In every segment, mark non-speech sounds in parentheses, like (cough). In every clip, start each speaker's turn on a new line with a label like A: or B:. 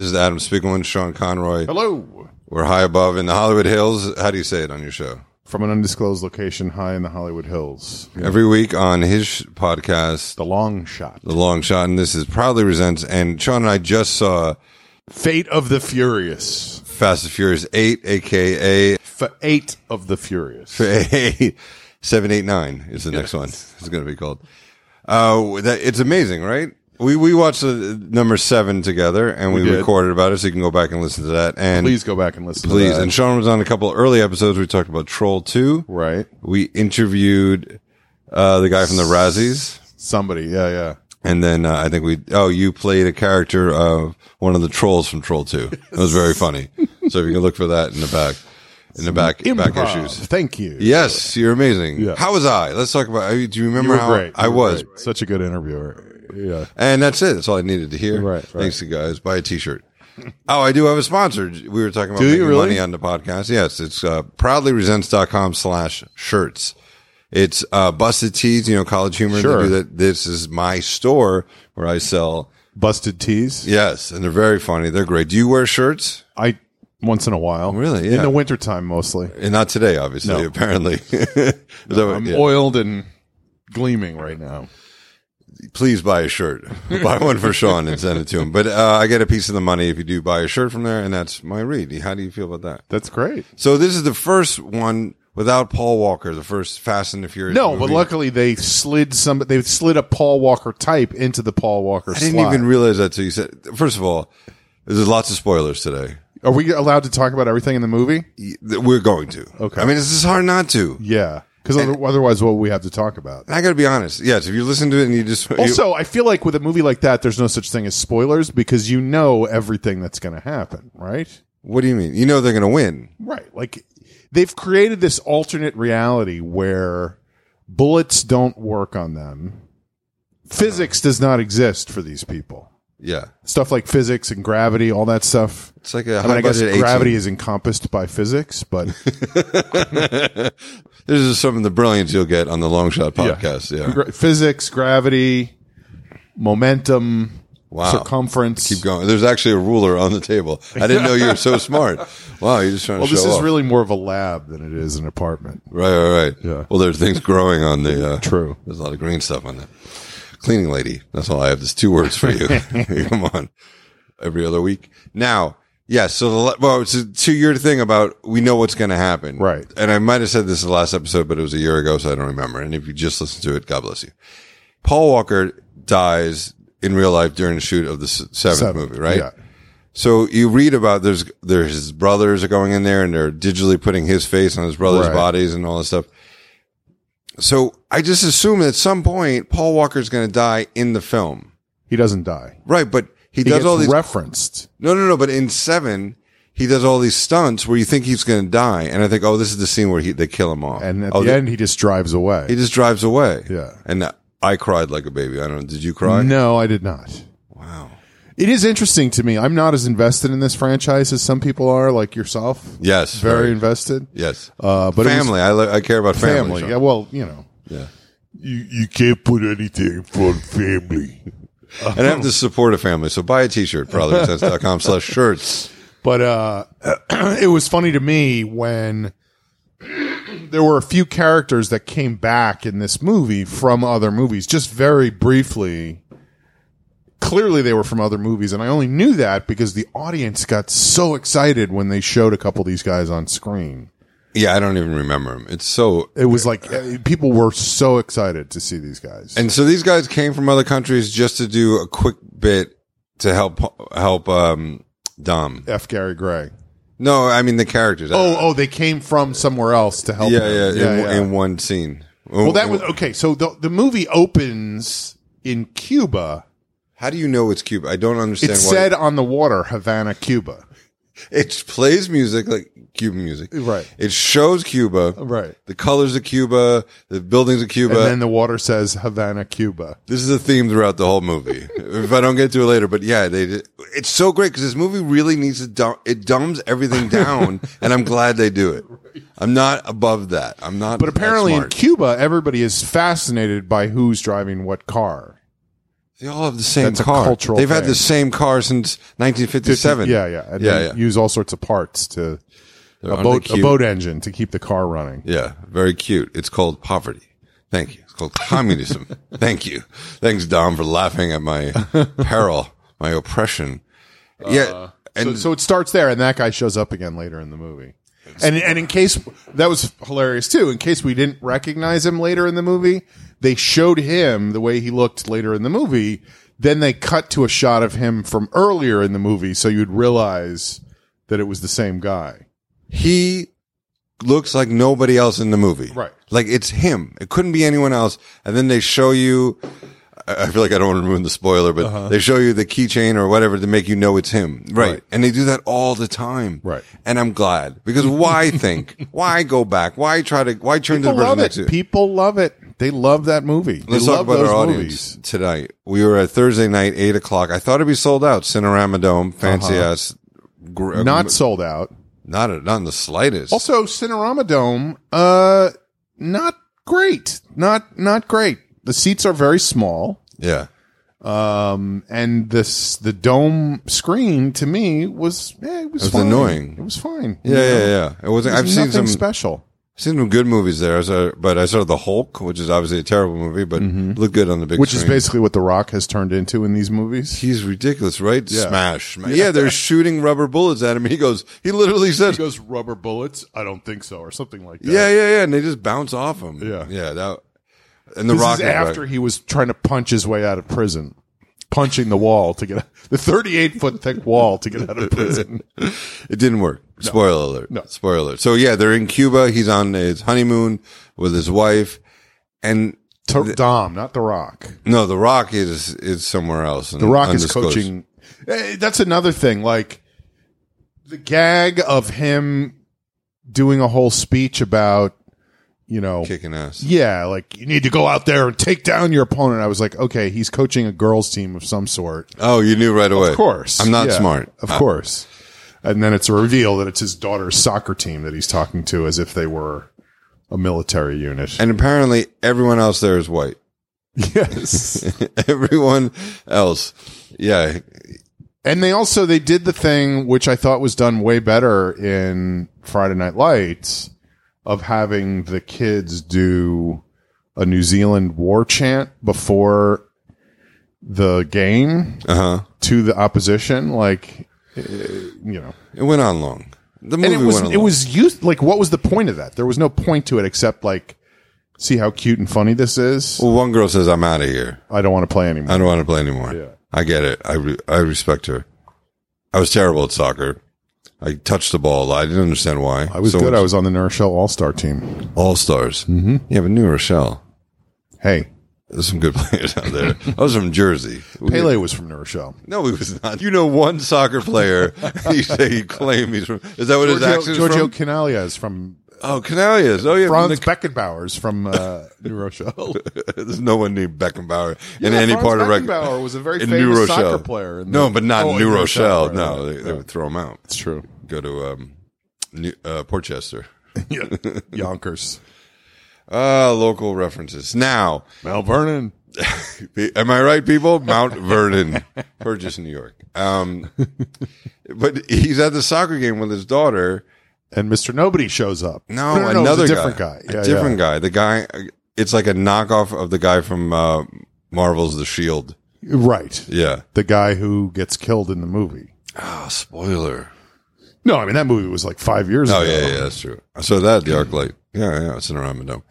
A: This is Adam Spiegelman, Sean Conroy.
B: Hello.
A: We're high above in the Hollywood Hills. How do you say it on your show?
B: From an undisclosed location high in the Hollywood Hills.
A: Every week on his sh- podcast,
B: The long shot.
A: The Long Shot, and this is Proudly Resents. And Sean and I just saw
B: Fate of the Furious.
A: Fast and Furious 8, aka
B: Fate of the
A: (laughs)
B: Furious.
A: 789 is the next one. It's going to be called. Uh, that, it's amazing, right? We, we watched the number seven together and we,
B: did.
A: recorded about it, so you can go back and listen to that. And
B: Please go back and listen
A: please.
B: to that.
A: And Sean was on a couple early episodes. We talked about Troll 2.
B: right.
A: we interviewed uh, the guy from the Razzies,
B: Somebody. Yeah, yeah.
A: and then uh, I think we oh you played a character of one of the trolls from Troll Two. It was very
B: (laughs)
A: funny. so if you can look for that in the back, in the back back
B: Improv.
A: issues.
B: Thank you.
A: Yes, you're amazing.
B: Yeah.
A: How was I? Let's talk about. Do you remember
B: You were
A: how
B: great.
A: I
B: You were
A: was?
B: great. Such a good interviewer. Yeah.
A: And that's it. That's all I needed to hear.
B: Right, right.
A: Thanks, you guys. Buy a T-shirt. Oh, I do have a sponsor. We were talking about
B: Do you
A: making
B: really?
A: money on the podcast. Yes, it's uh, proudlyresents.com slash shirts. It's uh, Busted Tees, you know, College Humor.
B: Sure.
A: They do that. This is my store where I sell.
B: Busted tees.
A: Yes, and they're very funny. They're great. Do you wear shirts?
B: I once in a while.
A: Really? Yeah.
B: In the wintertime mostly.
A: And not today, obviously,
B: No.
A: apparently. (laughs) So,
B: I'm
A: yeah.
B: oiled and gleaming right now.
A: please buy a
B: (laughs)
A: shirt. buy one for Sean and send it to him. But uh, I get a piece of the money if you do buy a shirt from there, and that's my read. How do you feel about that?
B: That's great.
A: So this is the first one without Paul Walker, the first Fast and the Furious.
B: No,
A: movie.
B: but luckily they slid some. They slid a Paul Walker type into the Paul Walker.
A: I didn't
B: slot.
A: even realize that till you said. First of all, there's lots of spoilers today.
B: Are we allowed to talk about everything in the movie?
A: Y- that We're going to.
B: Okay.
A: I mean, it's just hard not to.
B: Yeah, because otherwise, what would we have to talk about?
A: And I got to be honest. Yes, if you listen to it and you just you-
B: Also, I feel like with a movie like that, there's no such thing as spoilers because you know everything that's going to happen, right?
A: what do you mean? You know they're going to win.
B: Right. Like they've created this alternate reality where bullets don't work on them. Physics does not exist for these people.
A: Yeah,
B: Stuff like physics and gravity, all that stuff.
A: it's like a
B: I mean, I guess
A: high-budget 18.
B: gravity is encompassed by physics, but
A: This is some of the brilliance you'll get on the Long Shot podcast. Yeah.
B: gra- physics, gravity, momentum,
A: Wow.
B: circumference.
A: Keep going. There's actually a ruler on the table. I didn't know you were (laughs) so smart. Wow, you're just trying
B: Well,
A: to show
B: this is
A: off.
B: really more of a lab than it is an apartment.
A: Right, right, right.
B: Yeah.
A: Well, there's things growing on the. Uh,
B: True.
A: There's a lot of green stuff on that. Cleaning lady. That's all I have. There's two words
B: (laughs)
A: for you. (laughs) Come on. Every other week. Now, yes. So, the, la- well, it's a two year thing about we know what's going to happen.
B: Right.
A: And I might have said this in the last episode, but it was a year ago, so I don't remember. And if you just listen to it, God bless you. Paul Walker dies in real life during the shoot of the s- seventh movie, right?
B: Yeah.
A: So you read about there's there's his brothers are going in there and they're digitally putting his face on his brothers'
B: Right.
A: bodies and all this stuff. So I just assume at some point Paul Walker's going to die in the film,
B: He doesn't die.
A: right? But he,
B: He
A: does
B: gets
A: all these
B: referenced.
A: no no no. But in seven, he does all these stunts where you think he's going to die, and I think oh this is the scene where he they kill him off,
B: And at
A: oh,
B: the
A: they-
B: end, he just drives away.
A: he just drives away.
B: Yeah.
A: and I cried like a baby. I don't know. Did you cry?
B: no, I did not.
A: Wow.
B: It is interesting to me. I'm not as invested in this franchise as some people are, like yourself.
A: Yes.
B: Very invested.
A: Yes.
B: Uh, but it was-
A: family. I, lo- I care about family.
B: family. Yeah, well, you know.
A: yeah.
B: You, you can't put anything for family.
A: and
B: Hmm.
A: I have to support a family. So buy a t-shirt, proudlyresents.com
B: (laughs)
A: slash shirts.
B: But uh, (clears throat) it was funny to me when there were a few characters that came back in this movie from other movies, just very briefly. Clearly, they were from other movies, and I only knew that because the audience got so excited when they showed a couple of these guys on screen.
A: Yeah, I don't even remember them. It's so,
B: It was like eh, people were so excited to see these guys.
A: and so these guys came from other countries just to do a quick bit to help, help, um, Dom.
B: F. Gary Gray.
A: No, I mean the characters.
B: Oh, oh, they came from somewhere else to help.
A: yeah,
B: him.
A: yeah, in, in one scene.
B: Well, that was okay. So the the movie opens in Cuba.
A: How do you know it's Cuba? I don't understand
B: It
A: why.
B: said on the water, Havana, Cuba.
A: it plays music like Cuban music.
B: Right.
A: It shows Cuba.
B: Right.
A: The colors of Cuba, the buildings of Cuba.
B: and then the water says Havana, Cuba.
A: This is a theme throughout the whole movie. (laughs) if I don't get to it later, but yeah, they did. it's so great because this movie really needs to dumb, it dumbs
B: (laughs)
A: everything down, and I'm glad they do it. I'm not above that. I'm not.
B: But apparently
A: that
B: in
A: smart.
B: Cuba, everybody is fascinated by who's driving what car.
A: They all have the same
B: That's a
A: car.
B: cultural
A: They've had
B: thing.
A: the same car since 1957.
B: Yeah, yeah. And
A: yeah,
B: they
A: yeah.
B: Use all sorts of parts to
A: They're
B: a
A: under
B: boat, a
A: cute.
B: boat engine to keep the car running.
A: Yeah, very cute. It's called poverty. Thank you. It's called
B: (laughs)
A: communism. Thank you. Thanks, Dom, for laughing at my peril, my oppression. yeah,
B: So,
A: and
B: so it starts there, and that guy shows up again later in the movie. And and in case that was hilarious too, in case we didn't recognize him later in the movie, they showed him the way he looked later in the movie. Then they cut to a shot of him from earlier in the movie, so you'd realize that it was the same guy.
A: he looks like nobody else in the movie.
B: Right.
A: Like it's him. It couldn't be anyone else. And then they show you. I I feel like I don't want to ruin the spoiler, but they show you the keychain or whatever to make you know it's him. Right.
B: Uh-huh. Right.
A: And they do that all the time.
B: Right.
A: And I'm glad because
B: (laughs)
A: why think? why go back? Why try to? Why turn
B: People
A: to the person
B: love
A: next
B: it.
A: to you?
B: People love it. They love that movie.
A: Let's talk
B: they love
A: about
B: those
A: our audience
B: movies.
A: tonight. We were at Thursday night, eight o'clock. I thought it'd be sold out. Cinerama Dome, fancy ass. Gr-
B: Uh-huh. Not sold out.
A: not not in the slightest.
B: Also, Cinerama Dome, uh, not great. Not not great. The seats are very small,
A: yeah,
B: um, and this the dome screen to me was eh, it was,
A: was
B: fine.
A: annoying.
B: It was fine.
A: yeah, yeah, yeah. It wasn't. I've seen some
B: special.
A: seen some good movies there. I saw, but I saw the Hulk, which is obviously a terrible movie, but looked good on the big
B: Mm-hmm. Which is
A: screen.
B: basically what The Rock has turned into in these movies.
A: He's ridiculous, right? Smash. Smash. Yeah, they're shooting rubber bullets at him. He goes, he literally says,
B: goes rubber bullets. I don't think so, or something like that.
A: yeah, yeah, yeah. And they just bounce off him.
B: Yeah.
A: Yeah. That, and the
B: This
A: rock
B: is after he was trying to punch his way out of prison, punching the wall to get the thirty-eight foot thick wall to get out of (laughs) prison.
A: It didn't work. Spoiler alert.
B: No.
A: Spoiler alert. So yeah, they're in Cuba. He's on his honeymoon with his wife. And
B: To- Dom, not The Rock.
A: no, The Rock is is somewhere else.
B: The Rock is coaching. Eh, That's another thing. Like the gag of him doing a whole speech about, you know,
A: kicking ass.
B: yeah, like you need to go out there and take down your opponent. I was like, okay, he's coaching a girls' team of some sort.
A: Oh, you knew right away.
B: Of course,
A: I'm not
B: Yeah,
A: smart.
B: Of course. And then it's a reveal that it's his daughter's soccer team that he's talking to, as if they were a military unit.
A: And apparently everyone else there is white.
B: (laughs)
A: (laughs)
B: yes.
A: everyone else. Yeah.
B: And they also they did the thing which I thought was done way better in Friday Night Lights of having the kids do a New Zealand war chant before the game
A: Uh-huh.
B: to the opposition like eh, you know
A: It went on long. The movie
B: and it was
A: went on
B: it
A: long.
B: was used like what was the point of that there was no point to it except like see how cute and funny this is
A: Well, one girl says, I'm out of here.
B: I don't want to play anymore
A: I don't want to play anymore.
B: Yeah.
A: I get it. I, re- I respect her. I was terrible at soccer. I touched the ball. a lot. I didn't understand why.
B: I was good I was on the Nurse Show All-Star team
A: All stars. Mm-hmm. Yeah, but New Rochelle.
B: hey
A: There's some good (laughs) players out there. I was from Jersey. We-
B: Pele was from Nurse Show
A: no, he was not. You know one soccer player. (laughs) you say you claim he's from. Is that what his accent
B: Giorgio,
A: is
B: Giorgio
A: from?
B: Canaglia is from
A: Oh, Canalias. Oh, yeah. from
B: Franz Beckenbauer is from (laughs) uh, New Rochelle.
A: the- (laughs) there's no one named Beckenbauer in any
B: Franz
A: part of rec-
B: Beckenbauer was a very
A: in
B: famous
A: New
B: soccer
A: Rochelle.
B: player in
A: no,
B: the-
A: but not
B: Oh, in
A: New
B: New
A: Rochelle.
B: Rochelle, right,
A: no,
B: right,
A: they, they would throw him out.
B: It's true.
A: Go to um, New, uh, Portchester.
B: (laughs) Yeah. Yonkers.
A: Uh, local references. Now,
B: Mel Vernon.
A: am I right, people?
B: (laughs)
A: Mount Vernon, Burgess, New York. Um, but he's at the soccer game with his daughter.
B: And Mr. Nobody shows up.
A: No,
B: it was
A: another
B: a different guy.
A: guy.
B: Yeah,
A: a different guy. The guy. It's like a knockoff of the guy from uh, Marvel's The Shield.
B: yeah. Right.
A: Yeah.
B: The guy who gets killed in the movie.
A: Oh, spoiler.
B: No, I mean, that movie was like five years
A: Oh
B: ago.
A: yeah, yeah, that's true. I saw that at the arc light. Yeah, yeah, it's in Rama Dome.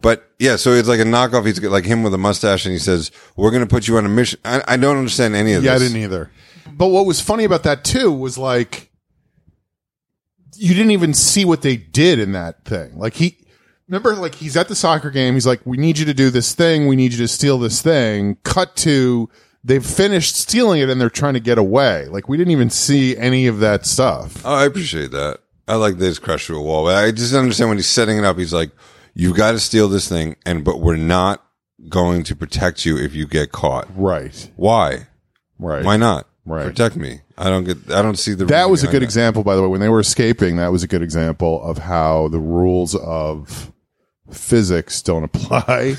A: But yeah, so it's like a knockoff. He's got, like him with a mustache, and he says, "We're going to put you on a mission." I, I don't understand any of
B: Yeah, I
A: this.
B: didn't e- either. But what was funny about that, too, was like, you didn't even see what they did in that thing. Like, he, remember, like, he's at the soccer game. He's like, we need you to do this thing. We need you to steal this thing. Cut to, they've finished stealing it and they're trying to get away. Like, we didn't even see any of that stuff.
A: Oh, I appreciate that. I like this crush through a wall. But I just don't understand when he's setting it up. He's like, "You got to steal this thing," and but we're not going to protect you if you get caught.
B: Right.
A: Why?
B: Right.
A: Why not?
B: Right.
A: Protect me. I don't get. I don't see the.
B: that
A: reason
B: was a
A: behind
B: good example, by the way. When they were escaping, that was a good example of how the (laughs) rules of physics don't apply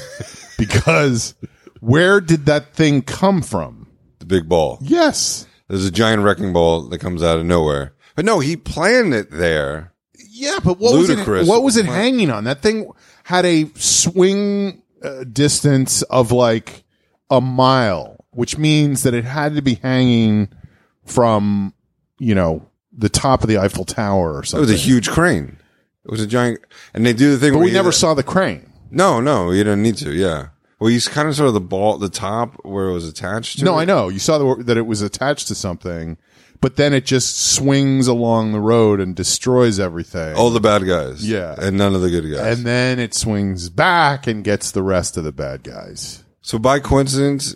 B: because Where did that thing come from?
A: The big ball.
B: Yes.
A: There's a giant wrecking ball that comes out of nowhere. But no, he planned it there.
B: Yeah, but what was
A: Ludicrous.
B: it? What was it hanging on? That thing had a swing uh, distance of like a mile, which means that it had to be hanging from you know the top of the Eiffel Tower or
A: It
B: something.
A: was a huge crane. It was a giant, and they do the thing.
B: but
A: where
B: we
A: you-
B: never saw the crane.
A: No, no, you didn't need to. Yeah. Well, he's kind of sort of the ball, the top where it was attached to.
B: No,
A: it.
B: I know you saw the, that it was attached to something, but then it just swings along the road and destroys everything.
A: all the bad guys.
B: Yeah.
A: and none of the good guys.
B: and then it swings back and gets the rest of the bad guys.
A: so by coincidence,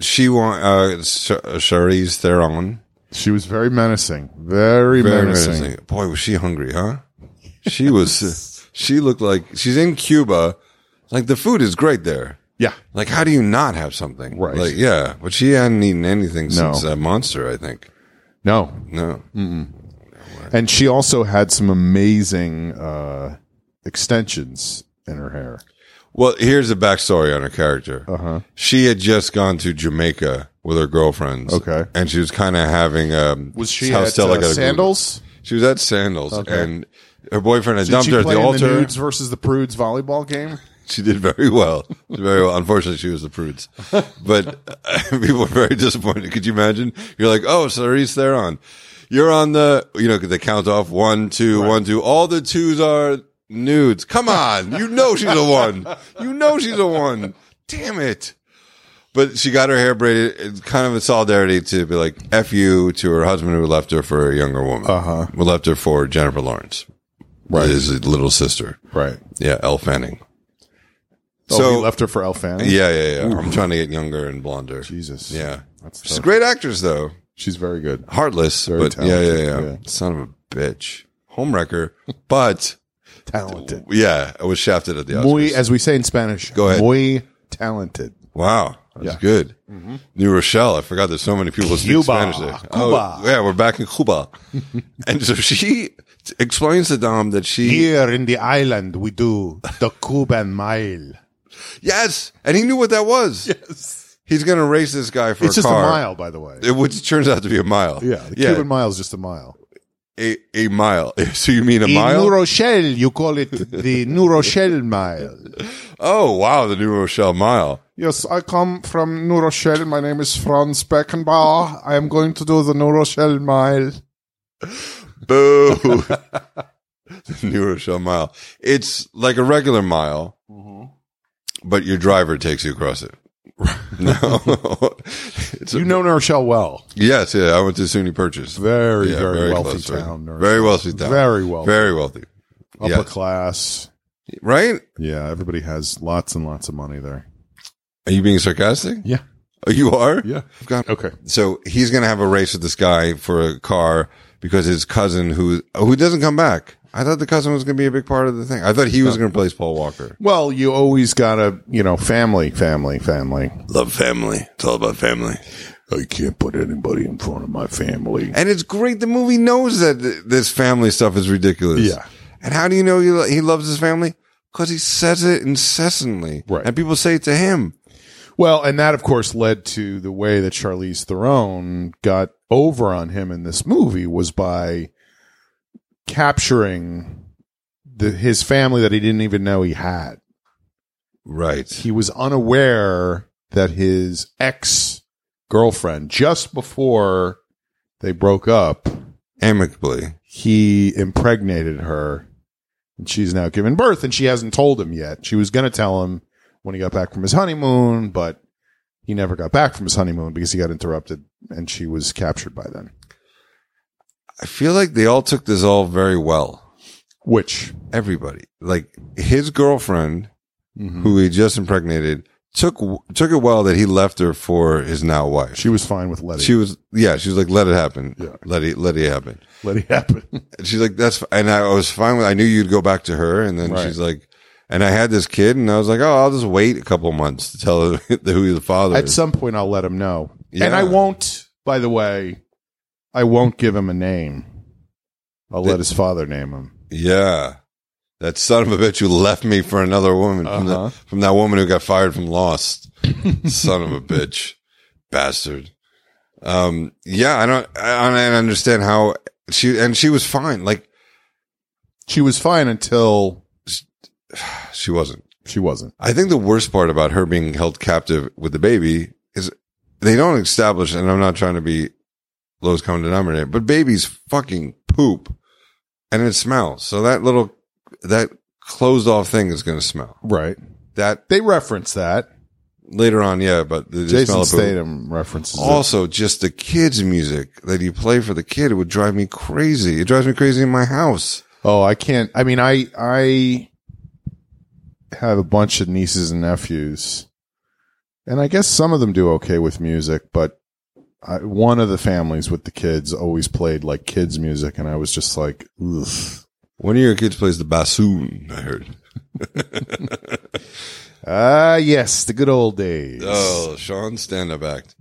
A: she want uh, Sh- Charlize Theron.
B: She was very menacing. Very,
A: Very
B: menacing.
A: interesting. Boy, was she hungry,
B: (laughs)
A: huh? She was. uh, she looked like she's in Cuba. Like the food is great there.
B: Yeah.
A: Like, how do you not have something?
B: Right.
A: Like, yeah, but she hadn't eaten anything
B: No.
A: since uh, Monster, I think.
B: No.
A: No.
B: And she also had some amazing uh, extensions in her hair.
A: Well, here's the backstory on her character.
B: Uh-huh.
A: She had just gone to Jamaica with her girlfriends.
B: Okay.
A: And she was kind of having um
B: Was she
A: how
B: at
A: Stella
B: uh,
A: got a group.
B: sandals?
A: She was at sandals, and her boyfriend had
B: Did
A: dumped
B: she
A: her at
B: play
A: the
B: in the
A: altar.
B: nudes versus the prudes volleyball game?
A: she did very well. She did very well. Unfortunately, she was the prudes, but uh, (laughs) people were very disappointed. Could you imagine? You're like, oh, Cerise Theron, you're on the, you know, they count off one, two, one, two. All the twos are nudes. Come on, you know she's a one. You know she's a one. Damn it. But she got her hair braided, it's kind of in solidarity to be like f you to her husband who left her for a younger woman,
B: Uh-huh.
A: who left her for Jennifer Lawrence,
B: Right.
A: his little sister.
B: Right.
A: Yeah, Elle Fanning.
B: So
A: So-
B: oh, he left her for Elle Fanning?
A: Yeah, yeah, yeah. I'm trying to get younger and blonder.
B: Jesus.
A: Yeah.
B: That's
A: She's a
B: tough.
A: great actress, though.
B: She's very good.
A: Heartless, but yeah, yeah,
B: talented,
A: yeah,
B: yeah.
A: Son of a bitch. Homewrecker, (laughs) but
B: Talented.
A: yeah, I was shafted at the Oscars.
B: Muy, as we say in Spanish,
A: Go ahead.
B: muy talented.
A: wow. That's
B: Yeah. Mm-hmm.
A: good. New Rochelle. I forgot there's so many people who speak
B: Cuba.
A: Spanish there.
B: Cuba.
A: Oh, yeah, we're back in Cuba. (laughs) and so she t- explains to Dom that she.
B: Here in the island, we do
A: (laughs)
B: the Cuban mile.
A: Yes. And he knew what that was.
B: Yes.
A: He's going to race this guy for
B: It's
A: a
B: just a
A: car.
B: mile, by the way.
A: It, which turns out to be a mile.
B: Yeah, the
A: yeah.
B: Cuban mile is just a mile.
A: a, a mile. (laughs) So you mean a
B: In
A: mile?
B: New Rochelle, you call
A: (laughs)
B: it the New Rochelle mile.
A: Oh wow, the New Rochelle Mile.
B: Yes, I come from New Rochelle. My name is Franz Beckenbauer. I am going to do the New Rochelle mile. (laughs)
A: Boo. (laughs) the New Rochelle Mile. It's like a regular mile,
B: Mm-hmm.
A: but your driver takes you across it. (laughs) no.
B: (laughs)
A: it's a,
B: You know New Rochelle well.
A: yes, yeah. I went to SUNY Purchase.
B: Very,
A: Yeah,
B: very, wealthy
A: close, right?
B: town. New Rochelle.
A: Very wealthy town.
B: Very wealthy.
A: Very wealthy.
B: Upper
A: yeah.
B: class.
A: Right?
B: Yeah, everybody has lots and lots of money there.
A: Are you being sarcastic?
B: Yeah.
A: Oh, you are?
B: Yeah.
A: I've got
B: Okay.
A: so he's going to have a race with this guy for a car because his cousin who who doesn't come back. I thought the cousin was going to be a big part of the thing. I thought he was going to replace Paul Walker.
B: Well, you always gotta, you know, family, family, family.
A: Love family. It's all about family.
B: I can't put anybody in front of my family.
A: And it's great. The movie knows that th- this family stuff is ridiculous.
B: Yeah.
A: And how do you know he, lo- he loves his family? Because he says it incessantly.
B: Right.
A: And people say it to him.
B: Well, and that, of course, led to the way that Charlize Theron got over on him in this movie was by capturing the, his family that he didn't even know he had.
A: Right.
B: He was unaware that his ex girlfriend, just before they broke up,
A: Amicably.
B: he impregnated her and she's now given birth and she hasn't told him yet she was going to tell him when he got back from his honeymoon but he never got back from his honeymoon because he got interrupted and she was captured by then
A: I feel like they all took this all very well.
B: which
A: Everybody. Like his girlfriend
B: mhm,
A: who he just impregnated, took took it well that he left her for his now wife. She,
B: she was fine with letting
A: was yeah, she was like, let it happen,
B: Yeah.
A: let it let it happen.
B: let it (laughs) happen
A: And she's like, that's f-" and I was fine with. I knew you'd go back to her, and then
B: Right.
A: she's like, and I had this kid, and I was like, oh, I'll just wait a couple of months to tell her (laughs) who the father
B: at
A: is.
B: some point i'll let him know and
A: Yeah.
B: i won't by the way i won't give him a name i'll let his father name him
A: yeah, That son of a bitch who left me for another woman from, the- from that woman who got fired from Lost. son of a bitch, bastard. Um, yeah, I don't, I I don't understand how she and she was fine. Like
B: She was fine until
A: she wasn't.
B: she wasn't.
A: I think the worst part about her being held captive with the baby is they don't establish, and I'm not trying to be lowest common denominator, but babies fucking poop and it smells. So that little, that closed off thing is going to smell.
B: Right.
A: That
B: They reference that.
A: later on, yeah, but the smell
B: Jason
A: of poop.
B: Statham references it.
A: Also, just the kids' music that you play for the kid, it would drive me crazy. It drives me crazy in my house.
B: Oh, I can't. I mean, I I have a bunch of nieces and nephews, and I guess some of them do okay with music, but I, one of the families with the kids always played like kids music, and I was just like, Ugh.
A: One of your kids plays the bassoon, I heard.
B: ah, yes, the good old days.
A: Oh, Sean, stand up act.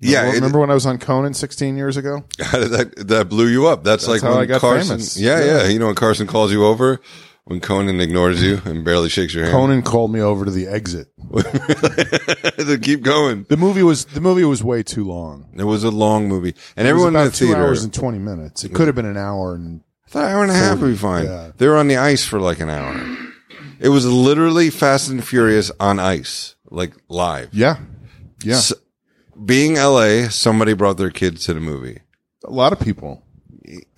B: yeah.
A: it-
B: remember when I was on Conan 16 years ago?
A: How did (laughs) that that blew you up? That's, like
B: how
A: when
B: I got
A: Carson.
B: famous.
A: Yeah, yeah,
B: Yeah.
A: You know when Carson calls you over, when Conan ignores you and barely shakes your hand.
B: Conan called me over to the exit.
A: (laughs) Then keep going.
B: The movie was the movie was way too long.
A: It was a long movie, and
B: It was
A: everyone in the
B: about two
A: theater.
B: hours and 20 minutes. It could have been an hour and
A: I thought an hour and a half would be fine.
B: Yeah.
A: They were on the ice for like an hour. It was literally Fast and Furious on ice, like live.
B: yeah, yeah.
A: S- being LA, somebody brought their kids to the movie,
B: a lot of people.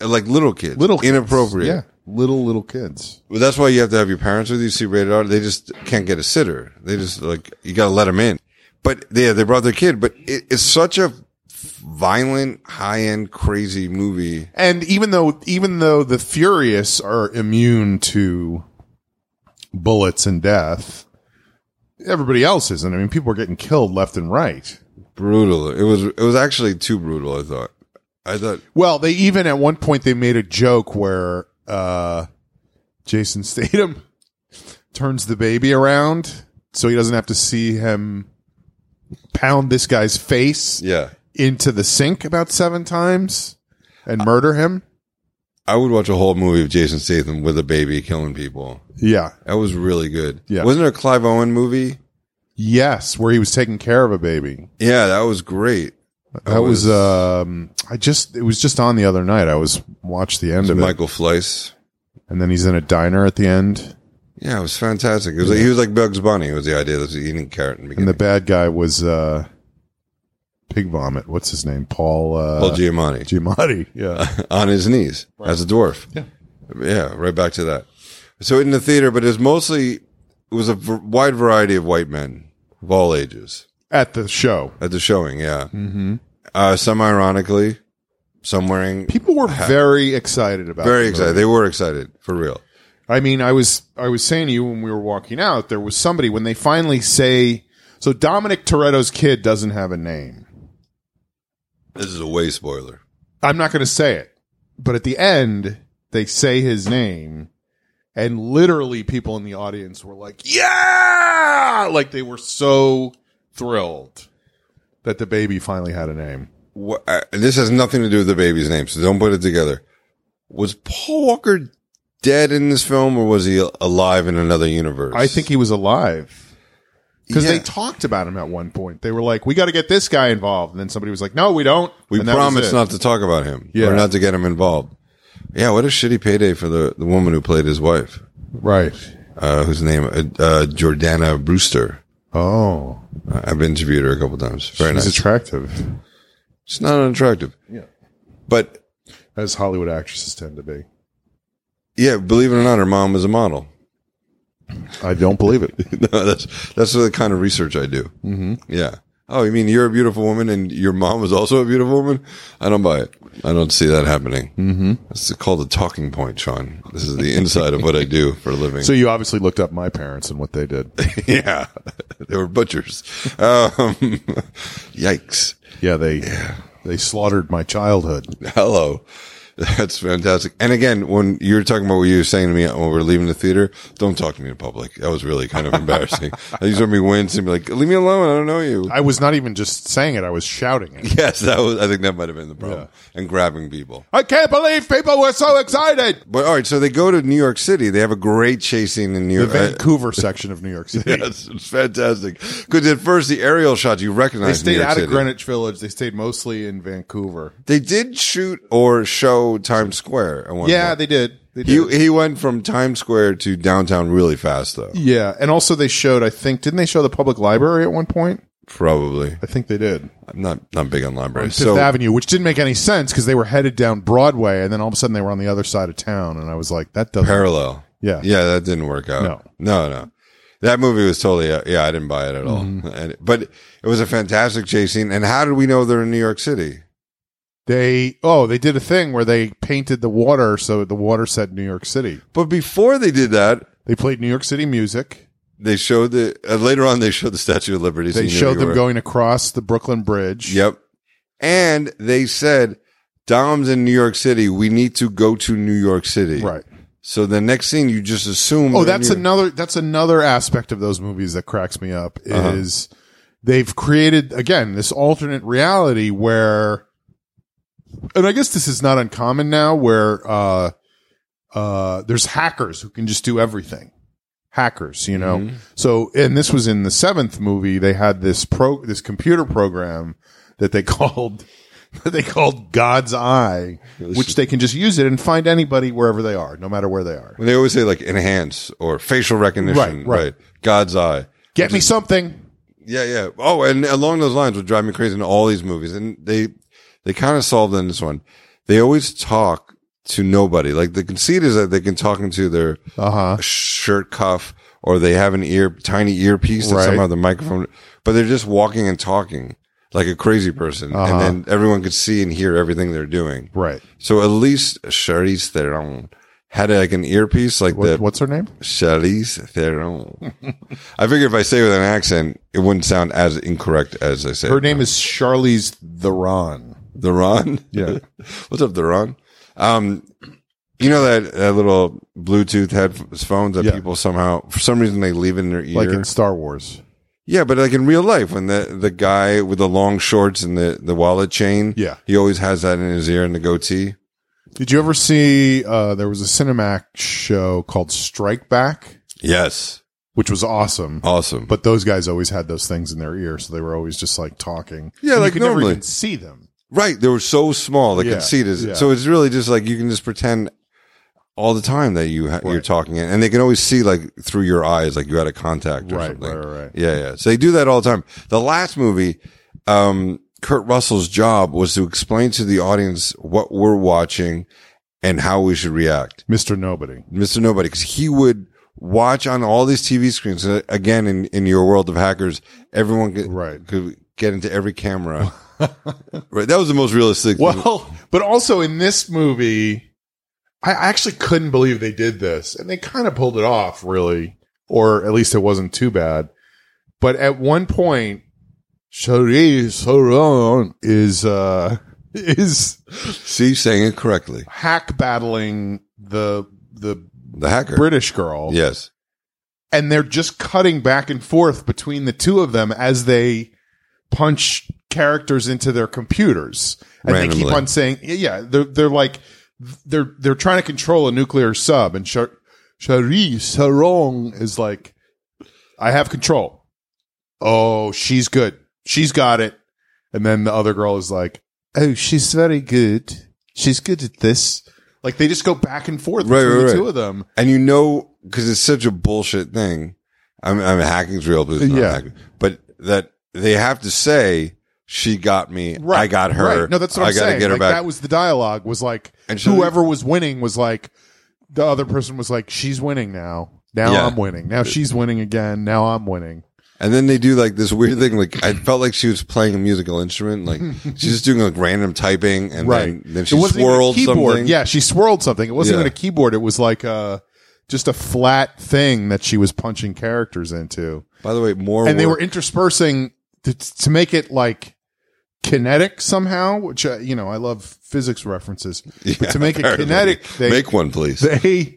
A: like little kids,
B: little kids.
A: inappropriate.
B: Yeah, little little kids.
A: Well, that's why you have to have your parents with you. See, rated R. They just can't get a sitter. They just like you got to let them in. But yeah, they brought their kid. But it, it's such a violent, high end, crazy movie.
B: And even though even though the furious are immune to bullets and death, everybody else isn't. I mean, people are getting killed left and right.
A: Brutal. It was. It was actually too brutal. I thought. I thought.
B: Well, they even at one point they made a joke where uh, Jason (laughs) Statham turns the baby around so he doesn't have to see him pound this guy's face
A: Yeah,
B: into the sink about seven times and murder him.
A: I would watch a whole movie of Jason Statham with a baby killing people.
B: Yeah.
A: That was really good.
B: Yeah.
A: Wasn't there a Clive Owen movie?
B: Yes, where he was taking care of a baby.
A: Yeah, that was great.
B: That
A: Oh,
B: was, um I just it was just on the other night. I was watched the end of it.
A: Michael Fleiss.
B: And then he's in a diner at the end.
A: Yeah, it was fantastic. It was like, he was like Bugs Bunny. It was the idea that he was eating carrot in the beginning.
B: And the bad guy was uh Pig Vomit. What's his name? Paul uh
A: Paul Giamatti. (laughs)
B: Giamatti. Yeah.
A: on his knees as a dwarf. Yeah. Yeah, right back to that. So in the theater, but it's mostly, it was a v- wide variety of white men of all ages
B: (laughs) at the show.
A: at the showing. Yeah. Mm-hmm. Uh, some ironically, some wearing
B: People were very excited about
A: Uh-huh. very
B: the
A: excited. They were excited for real.
B: I mean, I was I was saying to you when we were walking out, there was somebody when they finally say so Dominic Toretto's kid doesn't have a name.
A: This is a way spoiler.
B: I'm not going to say it, but at the end they say his name and literally people in the audience were like, "Yeah!" Like they were so thrilled that the baby finally had a name.
A: Wha uh, this has nothing to do with the baby's name, so don't put it together. Was Paul Walker dead in this film or was he alive in another universe?
B: I think he was alive. Because
A: Yeah.
B: they talked about him at one point. They were like, we got to get this guy involved. And then somebody was like, no, we don't.
A: We
B: And that was
A: promised
B: it.
A: not to talk about him
B: Yeah.
A: or not to get him involved. Yeah, what a shitty payday for the, the woman who played his wife,
B: Right.
A: uh, whose name, uh, uh, Jordana Brewster.
B: Oh.
A: Uh, I've interviewed her a couple times. Very
B: She's
A: nice.
B: attractive,
A: She's not unattractive.
B: Yeah.
A: But
B: as Hollywood actresses tend to be.
A: yeah, believe it or not, her mom was a model.
B: I don't believe it.
A: (laughs)
B: (laughs)
A: no, that's, that's the kind of research I do. Mm-hmm. Yeah. Oh, you mean you're a beautiful woman and your mom was also a beautiful woman? I don't buy it. I don't see that happening. Mm-hmm. That's called a talking point, Sean. This is the inside of what I do for a (laughs) living.
B: so you obviously looked up my parents and what they did.
A: yeah, they were butchers. Um, (laughs) yikes!
B: Yeah, they they slaughtered my childhood.
A: Hello. That's fantastic. And again, when you were talking about what you were saying to me when we were leaving the theater, don't talk to me in public. That was really kind of (laughs) embarrassing. I used to make wince and be like, leave me alone. I don't know you.
B: I was not even just saying it; I was shouting it.
A: yes, that was, I think that might have been the problem. And grabbing people.
B: I can't believe people were so excited.
A: But all right, so they go to New York City. They have a great chasing in New
B: The
A: York.
B: Vancouver section of New York City.
A: (laughs) yes, it's fantastic. Because at first, the aerial shots, you recognize
B: They
A: New
B: stayed
A: York
B: out of
A: City.
B: Greenwich Village. They stayed mostly in Vancouver.
A: They did shoot or show Times Square at one
B: Yeah,
A: point.
B: they did. They did.
A: He, he went from Times Square to downtown really fast, though.
B: yeah, and also they showed. I think didn't they show the public library at one point?
A: Probably.
B: I think they did.
A: I'm not, not big on libraries.
B: Fifth
A: So,
B: Avenue, which didn't make any sense because they were headed down Broadway, and then all of a sudden they were on the other side of town, and I was like, that doesn't.
A: parallel.
B: yeah,
A: Yeah, that didn't work out.
B: No.
A: no, no. That movie was totally uh, yeah. I didn't buy it at all.
B: Mm-hmm.
A: And, but it was a fantastic chase scene. And how did we know they're in New York City?
B: they oh they did a thing where they painted the water so the water said New York City.
A: But before they did that,
B: They played New York City music.
A: they showed the uh, later on they showed the Statue of Liberty. so
B: They
A: you knew
B: showed them
A: were-
B: going across the Brooklyn Bridge.
A: Yep. And they said, "Dom's in New York City. We need to go to New York City."
B: right.
A: So the next scene, you just assume.
B: Oh,
A: they're in New
B: that's
A: York-
B: another that's another aspect of those movies that cracks me up is they've created again this alternate reality where and I guess this is not uncommon now where uh uh there's hackers who can just do everything. Hackers, you know. So and this was in the 7th movie they had this pro this computer program that they (laughs) called that they called God's Eye, which they can just use it and find anybody wherever they are, no matter where they are.
A: They always say like enhance or facial recognition.
B: Right, right.
A: God's eye.
B: Get me something.
A: Yeah, yeah. Oh, and along those lines would drive me crazy in all these movies. And they they kind of solved in this one. They always talk to nobody. Like the conceit is that they can talk into their
B: Uh huh.
A: shirt cuff or they have an ear tiny earpiece that
B: Right.
A: somehow the microphone but they're just walking and talking like a crazy person.
B: Uh-huh.
A: And then everyone could see and hear everything they're doing.
B: Right.
A: So at least Charlize Theron had like an earpiece like
B: What,
A: the
B: what's her name?
A: Charlize Theron. (laughs) I figure if I say it with an accent, it wouldn't sound as incorrect as I say.
B: Her name is Charlize Theron.
A: Theron.
B: (laughs) Yeah.
A: (laughs) What's up, Theron? Um, you know that, that little Bluetooth headphones that
B: Yeah.
A: people somehow, for some reason, they leave in their ear.
B: Like in Star Wars.
A: yeah, but like in real life, when the the guy with the long shorts and the the wallet chain,
B: Yeah.
A: he always has that in his ear and the goatee.
B: Did you ever see? Uh, there was a Cinemax show called Strike Back,
A: Yes,
B: which was awesome.
A: awesome. But
B: But those guys always had those things in their ear, so they were always just like talking.
A: Yeah,
B: And
A: like
B: you could
A: normally.
B: never even see them.
A: right, they were so small. The
B: Yeah,
A: conceit is
B: yeah.
A: so it's really just like you can just pretend all the time that you ha- you're
B: Right.
A: talking, and they can always see like through your eyes, like you had a contact or
B: Right,
A: something.
B: right, right, right.
A: Yeah, yeah. So they do that all the time. The last movie, um, Kurt Russell's job was to explain to the audience what we're watching and how we should react.
B: Mr. Nobody.
A: Mr. Nobody, because he would watch on all these TV screens. Uh, Again, in, in your world of hackers, everyone could,
B: Right.
A: could get into every camera. (laughs) right. That was the most realistic. thing.
B: Well, but also in this movie, I actually couldn't believe they did this, and they kind of pulled it off, really, or at least it wasn't too bad. But at one point, Charlize Theron is uh, (laughs) is
A: (laughs) See, saying it correctly.
B: hack battling the the
A: The hacker.
B: British girl,
A: Yes.
B: and they're just cutting back and forth between the two of them as they punch characters into their computers and they keep
A: Randomly.
B: on saying yeah, yeah they're they're like they're they're trying to control a nuclear sub and Char- Shari Sarong is like I have control. Oh, she's good. She's got it. And then the other girl is like, "Oh, she's very good. She's good at this." Like they just go back and forth
A: Right,
B: between
A: right,
B: the
A: right.
B: two of them.
A: And you know, because it's such a bullshit thing. I mean, I mean hacking's real, but it's not
B: Yeah.
A: hacking. But that they have to say, she got me. I got her.
B: Right. No, that's what
A: I
B: I'm
A: gotta
B: saying.
A: get her
B: like,
A: back.
B: That was the dialogue. Was like
A: And so-
B: whoever was winning was like the other person was like, she's winning now. Now
A: Yeah.
B: I'm winning. Now she's winning again. Now I'm winning.
A: And then they do like this weird thing. Like I felt like she was playing a musical instrument.
B: (laughs)
A: Like she's just doing like random typing, and
B: Right.
A: then, then she
B: it wasn't even
A: swirled
B: a keyboard.
A: something.
B: Yeah, she swirled something. It wasn't
A: Yeah.
B: even a keyboard. It was like a just a flat thing that she was punching characters into,
A: By the way, more
B: and they
A: work-
B: were interspersing to, to make it like kinetic somehow, which uh, you know I love
A: (laughs)
B: physics references. but to make it
A: Apparently.
B: kinetic, they
A: make one, please.
B: they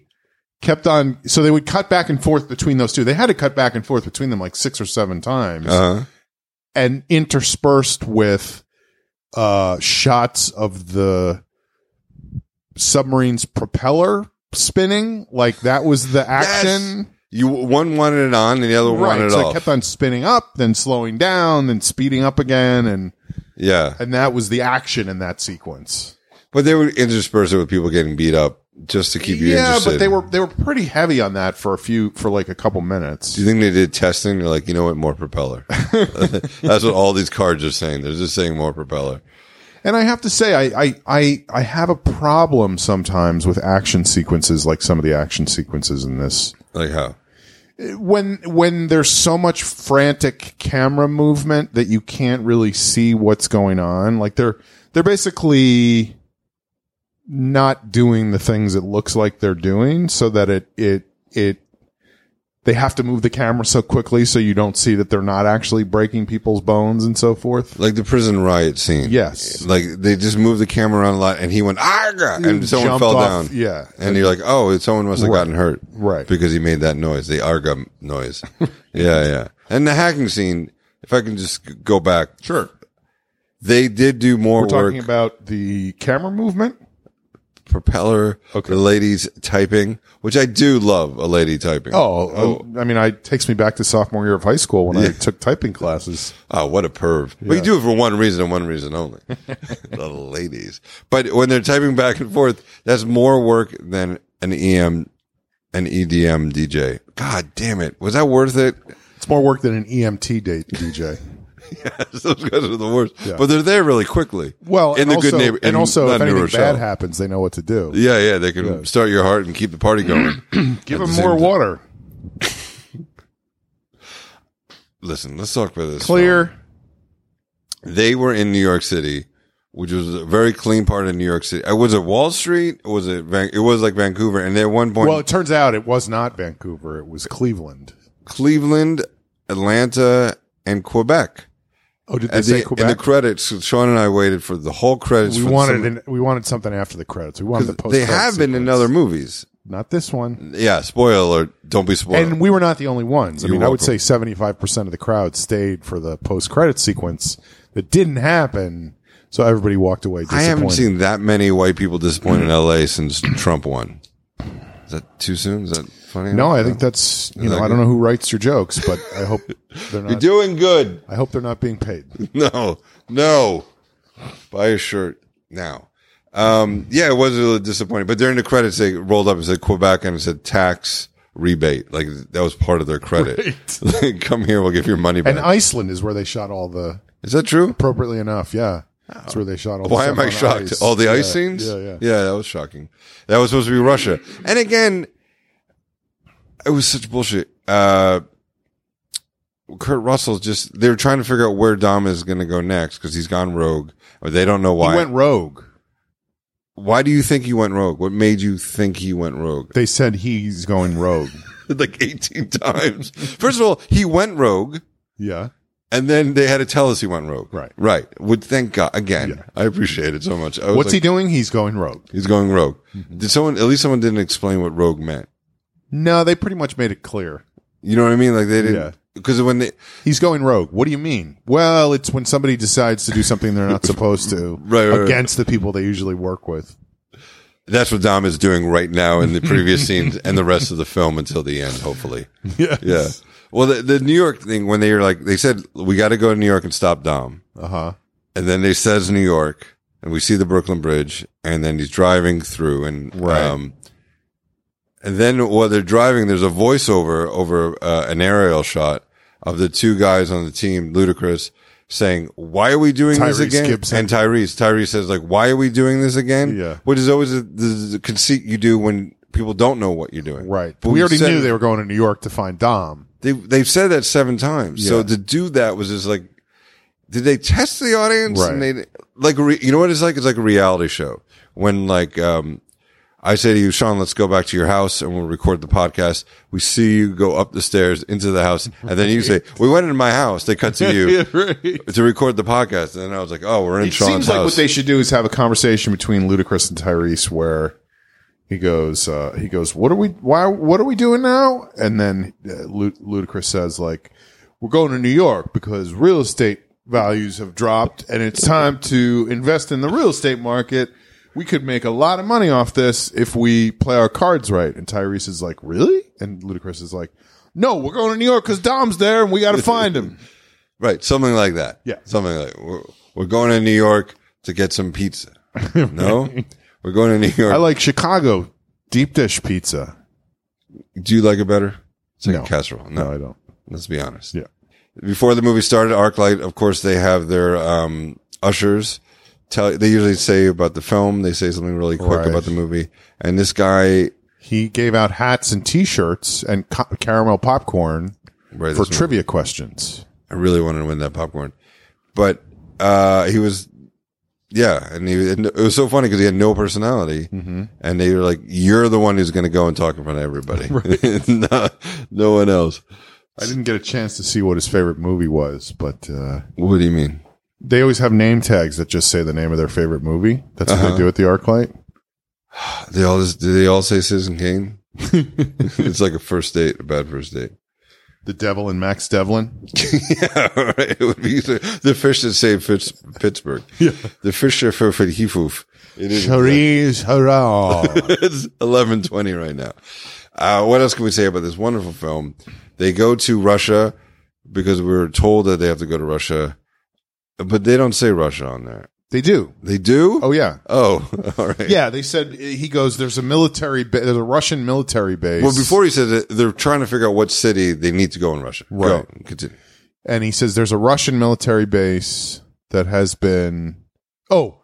B: kept on. So they would cut back and forth between those two. They had to cut back and forth between them like six or seven times,
A: Uh-huh.
B: and interspersed with uh, shots of the submarine's propeller spinning. Like that was the action.
A: You one wanted it on, and the other wanted it
B: so
A: off.
B: it kept on spinning up, then slowing down, then speeding up again, and
A: yeah,
B: and that was the action in that sequence.
A: but they would intersperse it with people getting beat up just to keep you
B: yeah,
A: interested.
B: but they were they were pretty heavy on that for a few for like a couple minutes.
A: Do you think they did testing? They're like, you know what, more
B: (laughs)
A: propeller. That's what all these cards are saying. They're just saying more propeller.
B: And I have to say, I, I I I have a problem sometimes with action sequences, like some of the action sequences in this.
A: Like how?
B: When when there's so much frantic camera movement that you can't really see what's going on, like they're they're basically not doing the things it looks like they're doing, so that it it it they have to move the camera so quickly so you don't see that they're not actually breaking people's bones and so forth.
A: Like the prison riot scene.
B: Yes.
A: Like they just moved the camera around a lot, and he went Arga! and someone
B: Jumped
A: fell
B: off-
A: down.
B: Yeah.
A: And you're like, oh, someone must have gotten hurt,
B: Right.
A: Because he made that noise, the Arga noise.
B: (laughs)
A: yeah, yeah. And the hacking scene. If I can just g- go back,
B: Sure.
A: they did do more
B: We're
A: work.
B: talking about the camera movement.
A: propeller, the ladies typing, which I do love a lady typing.
B: Oh, oh, I mean, I takes me back to sophomore year of high school when I took typing classes.
A: Oh, what a perv. But you do it for one reason and one reason
B: (laughs)
A: only. the ladies. But when they're typing back and forth, that's more work than an EM, an E EDM DJ. God damn it. Was that worth it? (laughs)
B: It's more work than an EMT date DJ.
A: Those guys are the worst. But they're there really quickly.
B: Well,
A: in
B: and
A: the
B: also,
A: good neighbor.
B: and
A: in
B: also if
A: not New
B: anything
A: Rochelle.
B: bad happens, they know what to do.
A: Yeah, yeah. They can start your heart and keep the party going. (clears throat)
B: Give
A: At
B: them
A: the
B: more
A: same time.
B: water.
A: Listen, let's talk about this.
B: Clear.
A: they were in New York City, which was a very clean part of New York City. Uh, was it Wall Street? Or was it Van- it was like Vancouver? And at one point,
B: Well, it turns out it was not Vancouver; it was Cleveland.
A: Cleveland, Atlanta, and Quebec.
B: Oh, did they
A: And
B: say
A: the, and the
B: Quebec?
A: credits. Sean and I waited for the whole credits.
B: we
A: for some-
B: wanted an, we wanted something after the credits. We wanted the post.
A: they have been in other movies.
B: not this one.
A: Yeah, spoiler alert. Don't be spoiled.
B: And we were not the only ones. I
A: You're
B: mean, I would
A: welcome.
B: say 75% of the crowd stayed for the post credit sequence that didn't happen. So everybody walked
A: I
B: away disappointed.
A: haven't seen that many white people disappointed in L.A. since Trump won. Is that too soon? Is that funny?
B: No, I think that's, you know, I don't know who writes your jokes, but
A: (laughs)
B: I hope they're
A: you're
B: not,
A: doing good. (laughs)
B: I hope they're not being paid.
A: No, no. Buy a shirt now. Um, yeah, it was a little disappointing. But during the credits, they rolled up and said Quebec and it said tax rebate. Like that was part of their credit. (laughs) Like, Come here, we'll give your money back.
B: And Iceland is where they shot all the,
A: Is that true?
B: appropriately enough, yeah. That's where they shot all the
A: Why
B: stuff
A: am I
B: on
A: shocked?
B: ice.
A: All the ice
B: Yeah,
A: scenes?
B: Yeah, yeah.
A: Yeah, that was shocking. That was supposed to be Russia. And again, it was such bullshit. Uh, Kurt Russell just, they were trying to figure out where Dom is going to go next because he's gone rogue. Or they don't know why.
B: He went rogue.
A: Why do you think he went rogue? What made you think he went
B: (laughs)
A: rogue?
B: They said he's going rogue.
A: like 18 times. First of all, he went rogue
B: yeah.
A: and then they had to tell us he went rogue.
B: Right.
A: Right. Would thank God. Again, I appreciate it so much. I was
B: What's he
A: like,
B: doing? He's going rogue.
A: He's going rogue.
B: Mm-hmm.
A: Did someone, at least someone didn't explain what rogue meant.
B: No, they pretty much made it clear.
A: You know what I mean? Like they
B: Yeah.
A: didn't, because when they,
B: He's going rogue. What do you mean? Well, it's when somebody decides to do something they're not supposed to
A: (laughs) Right, right, right.
B: against the people they usually
A: (laughs)
B: work with.
A: that's what Dom is doing right now in the
B: (laughs)
A: previous scenes and the rest of the film until the end, hopefully.
B: Yes.
A: Yeah. Well, the, the New York thing, when they were like, they said, we got to go to New York and stop Dom.
B: Uh huh.
A: and then they says New York, and we see the Brooklyn Bridge, and then he's driving through, and
B: Right.
A: um, and then while they're driving, there's a voiceover over uh, an aerial shot of the two guys on the team, Ludacris, saying, "Why are we doing this
B: Tyrese
A: again?"
B: Gibson.
A: And Tyrese, Tyrese says, "Like, why are we doing this again?"
B: Yeah.
A: which is always a, the, the conceit you do when people don't know what you're doing.
B: Right.
A: But
B: we already
A: said-
B: knew they were going to New York to
A: (laughs)
B: find Dom.
A: they they've said that seven times. So
B: Yeah.
A: to do that was just like, did they test the audience? And
B: Right.
A: they like re, you know what it's like? It's like a reality show when like um, I say to you, Sean, let's go back to your house and we'll record the podcast. We see you go up the stairs into the house, and then you say,
B: (laughs)
A: "We went into my house." They cut to you
B: right.
A: to record the podcast, and then I was like, "Oh, we're in
B: It
A: Sean's
B: seems
A: house."
B: like what they should do is have a conversation between Ludacris and Tyrese where he goes, uh, he goes, "What are we? Why? What are we doing now?" And then uh, Lu- Ludacris says, "Like, we're going to New York because real estate values have dropped, and it's time to invest in the real estate market. We could make a lot of money off this if we play our cards right." And Tyrese is like, "Really?" And Ludacris is like, "No, we're going to New York because Dom's there, and we (laughs) got to find him."
A: Right, something like that.
B: Yeah.
A: something like we're, we're going to New York to get some
B: (laughs)
A: pizza. No, we're going to New York.
B: I like Chicago deep dish pizza.
A: Do you like it better? It's like
B: No.
A: a casserole. No,
B: No, I don't.
A: let's be honest.
B: Yeah.
A: Before the movie started, ArcLight, of course, they have their um, ushers tell. They usually say about the film. They say something really quick
B: Right.
A: about the movie. And this guy,
B: He gave out hats and T-shirts and co- caramel popcorn
A: right,
B: for
A: this
B: trivia questions.
A: I really wanted to win that popcorn, but uh, he was, yeah, and, he, and it was so funny because he had no personality,
B: Mm-hmm.
A: and they were like, "You're the one who's going to go and talk in front of
B: (laughs)
A: everybody, (laughs) no, no one else."
B: I didn't get a chance to see what his favorite movie was, but uh,
A: What do you mean?
B: they always have name tags that just say the name of their favorite movie. That's what
A: Uh-huh.
B: they do at the ArcLight.
A: They all just, do they all say Citizen Kane? it's like a first date, a bad first date. (laughs)
B: The Devil and Max Devlin.
A: yeah, right. It would be the, the fish that saved Fitz, Pittsburgh. Yeah. The fisher for Fitchifoof. It is
B: Cherise Hurrah.
A: (laughs) it's eleven twenty right now. Uh, what else can we say about this wonderful film? They go to Russia because we were told that they have to go to Russia, but they don't say Russia on there.
B: they do.
A: They do.
B: Oh yeah.
A: Oh, (laughs) all right.
B: Yeah, they said he goes. There's a military. Ba- there's a Russian military base.
A: Well, before he said it, they're trying to figure out what city they need to go in Russia. Go,
B: Right.
A: continue.
B: and he says there's a Russian military base that has been oh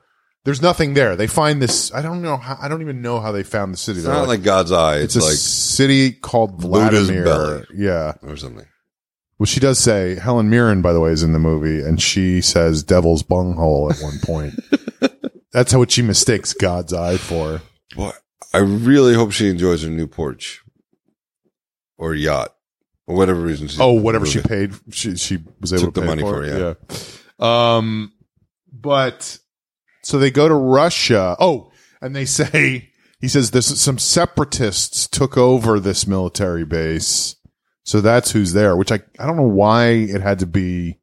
B: there's nothing there they find this I don't know how, I don't even know how they found the city
A: It's
B: They're
A: not like God's eye. It's,
B: it's a city called
A: Buddha's
B: Vladimir
A: belly.
B: yeah
A: like or something.
B: well she does say Helen Mirren by the way is in the movie and she says devil's bunghole at one
A: (laughs)
B: point that's how what she mistakes God's eye for
A: Boy, I really hope she enjoys her new porch or yacht or whatever reason. She
B: oh whatever she paid she she was able
A: Took
B: to
A: the
B: pay
A: money
B: for,
A: for it,
B: it. yeah um but so they go to Russia oh and they (laughs) say he says this some separatists took over this military base so that's who's there which I I don't know why it had to be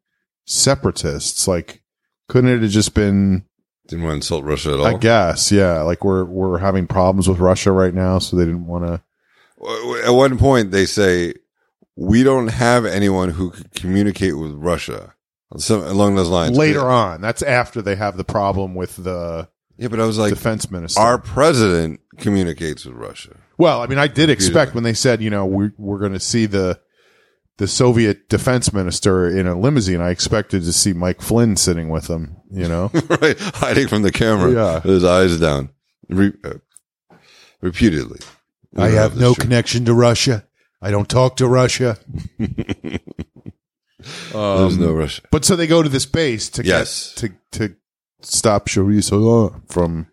B: separatists like couldn't it have just been
A: didn't want to insult Russia at all.
B: I guess yeah like we're we're having problems with Russia right now so they didn't want to
A: At one point, they say we don't have anyone who could communicate with Russia. Some, along those lines.
B: later on that's after they have the problem with the
A: yeah, but I was like,
B: defense minister
A: our president communicates with Russia. (laughs)
B: Well, I mean, I did expect
A: Computer.
B: when they said, you know, we're, we're going to see the the Soviet defense minister in a limousine. I expected to see Mike Flynn sitting with him.
A: (laughs)
B: You know,
A: right, hiding from the camera,
B: Yeah.
A: with his eyes down, Re- uh, repeatedly.
B: I have no
A: connection.
B: connection to Russia. I don't talk
A: (laughs)
B: to Russia.
A: There's no Russia.
B: Um, But so they go to this base to
A: Yes.
B: get, to to stop Shariso from